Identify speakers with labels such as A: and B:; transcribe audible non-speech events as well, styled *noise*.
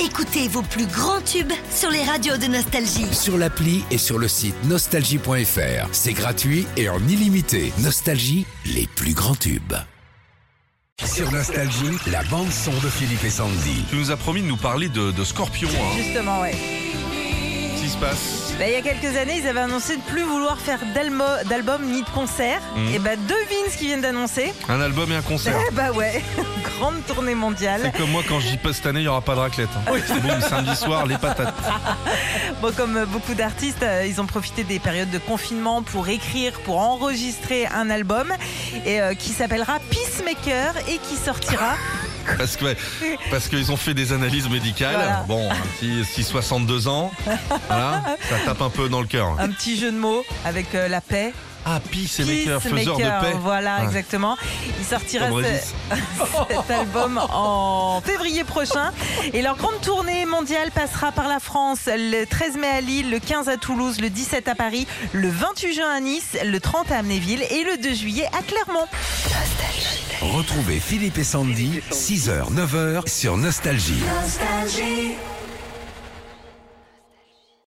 A: Écoutez vos plus grands tubes sur les radios de Nostalgie.
B: Sur l'appli et sur le site nostalgie.fr. C'est gratuit et en illimité. Nostalgie, les plus grands tubes. Sur Nostalgie, la bande son de Philippe et Sandy.
C: Tu nous as promis de nous parler de, de Scorpion. Hein.
D: Justement, ouais.
C: Qu'est-ce qui se passe
D: Bah, il y a quelques années, ils avaient annoncé de plus vouloir faire d'almo- d'album ni de concert.
C: Mhm.
D: Et bah, devine ce qu'ils viennent d'annoncer.
C: Un album et un concert.
D: Eh *laughs* bah ouais, grande tournée mondiale.
C: C'est comme moi quand je dis pas cette année, il n'y aura pas de raclette. hein. Boum, samedi soir, les patates.
D: Bon, comme beaucoup d'artistes, euh, ils ont profité des périodes de confinement pour écrire, pour enregistrer un album et euh, qui s'appellera Peacemaker et qui sortira.
C: Parce que, ouais, parce qu'ils ont fait des analyses médicales.
D: Voilà.
C: Bon, un petit, petit 62 ans, voilà, ça tape un peu dans le cœur.
D: un petit jeu de mots avec euh, la paix.
C: Ah, Peace et Maker, faiseur de
D: Peacemaker,
C: paix.
D: Voilà,
C: Ouais.
D: exactement. Il sortira
C: Comme
D: ce-
C: Régis.
D: cet album en février prochain. Et leur grande tournée mondiale passera par la France le 13 mai à Lille, le 15 à Toulouse, le 17 à Paris, le 28 juin à Nice, le 30 à Amnéville et le 2 juillet à Clermont.
B: Retrouvez Philippe et Sandy, 6h, 9h sur Nostalgie.